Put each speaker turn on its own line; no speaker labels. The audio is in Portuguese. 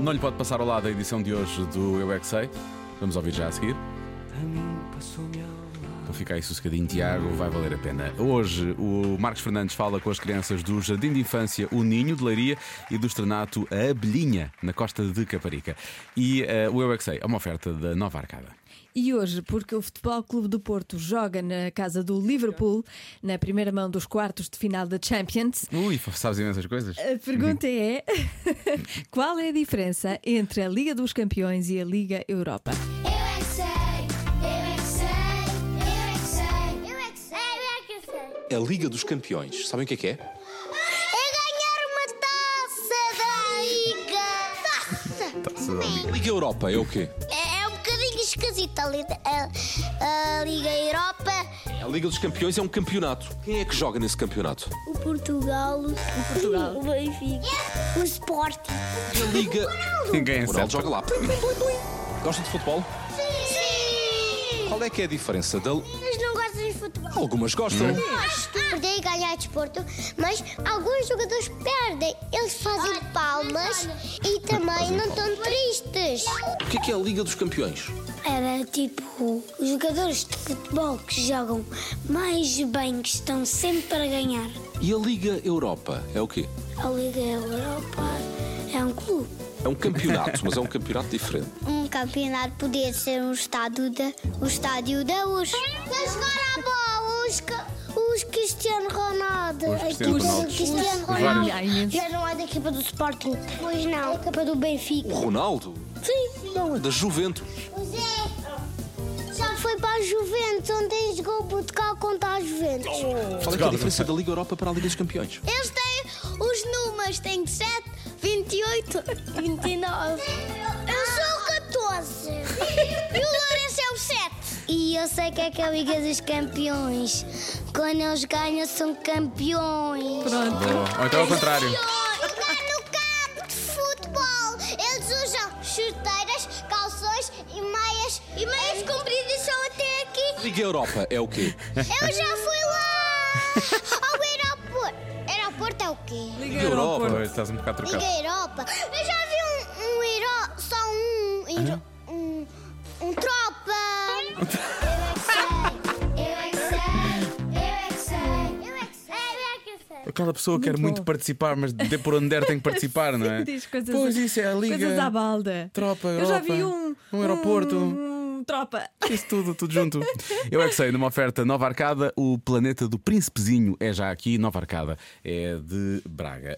Não lhe pode passar ao lado a edição de hoje do Eu é que Sei. Vamos ouvir já a seguir. Então fica aí sossegadinho, Tiago, vai valer a pena. Hoje o Marcos Fernandes fala com as crianças do Jardim de Infância O Ninho de Leiria e do Estrenato A Abelhinha, na costa de Caparica. E eh, o Eu é que Sei é uma oferta da Nova Arcada.
E hoje, porque o Futebol Clube do Porto joga na casa do Liverpool, na primeira mão dos quartos de final da Champions,
Ui, sabes imensas coisas?
a pergunta é: qual é a diferença entre a Liga dos Campeões e a Liga Europa?
Eu é que sei, eu é que sei, eu é que sei, eu é que sei, eu é que sei, eu é que sei.
A Liga dos Campeões, sabem o que é que é?
É ganhar uma taça da Liga! Taça!
Liga Europa é o quê?
É, é um bocadinho esquisita a, Liga- a- a Liga Europa,
A Liga dos Campeões é um campeonato. Quem é que joga nesse campeonato?
o Portugal, o, Portugal. o Benfica, o Sporting.
E a Liga.
Ninguém
O Ronaldo
acerta.
joga lá. Gosta de futebol?
Sim!
Qual é que é a diferença da.
Eles não gostam de futebol.
Algumas gostam.
Hum. Perder e ganhar desporto, mas alguns jogadores perdem. Eles fazem palmas e também não estão tristes.
O que é que é a Liga dos Campeões?
Era tipo os jogadores de futebol que jogam mais bem, que estão sempre a ganhar.
E a Liga Europa é o quê?
A Liga Europa é um clube.
É um campeonato, mas é um campeonato diferente.
Um campeonato podia ser um estádio da, o estádio da US. Para jogar a bola, os, ca- os Cristiano Ronaldo.
Os Cristiano Ronaldo.
Cristiano
Vários.
Ronaldo.
Há imensos.
Já não é da equipa do Sporting. Pois não. É da equipa do
O
Benfica.
Ronaldo
Sim.
é da Juventus.
O Zé já foi para a Juventus, ontem jogou o Portugal contra a Juventus.
Qual é que é a diferença da Liga Europa para a Liga dos Campeões?
Eles têm os números, têm 7, 28, 29. Eu sou o 14. e o Lourenço é o 7. E eu sei que é que é a Liga dos Campeões. Quando eles ganham, são campeões.
Pronto.
Ou então ao contrário.
No campo de futebol, eles usam chuteiras, calções e meias. E meias compridas são até aqui.
Liga Europa é o quê?
Eu já fui lá ao aeroporto. Aeroporto é o quê?
Liga
Europa.
Pois, estás um bocado trocado.
Liga é Europa. Eu já vi um, um herói, só um, hero- um, um tropa. Eu é que sei, eu é que sei, eu é que sei, eu é que sei.
Aquela pessoa quer
Muito
muito
bom.
participar, mas de por onde der tem que participar, não é?
Diz coisas,
pois isso é a Liga.
Coisas à balda.
Tropa,
Eu já vi
Europa,
um.
um aeroporto.
um- um tropa.
Isso tudo, tudo junto. Eu é que sei, numa oferta Nova Arcada, o planeta do Príncipezinho é já aqui. Nova Arcada é de Braga.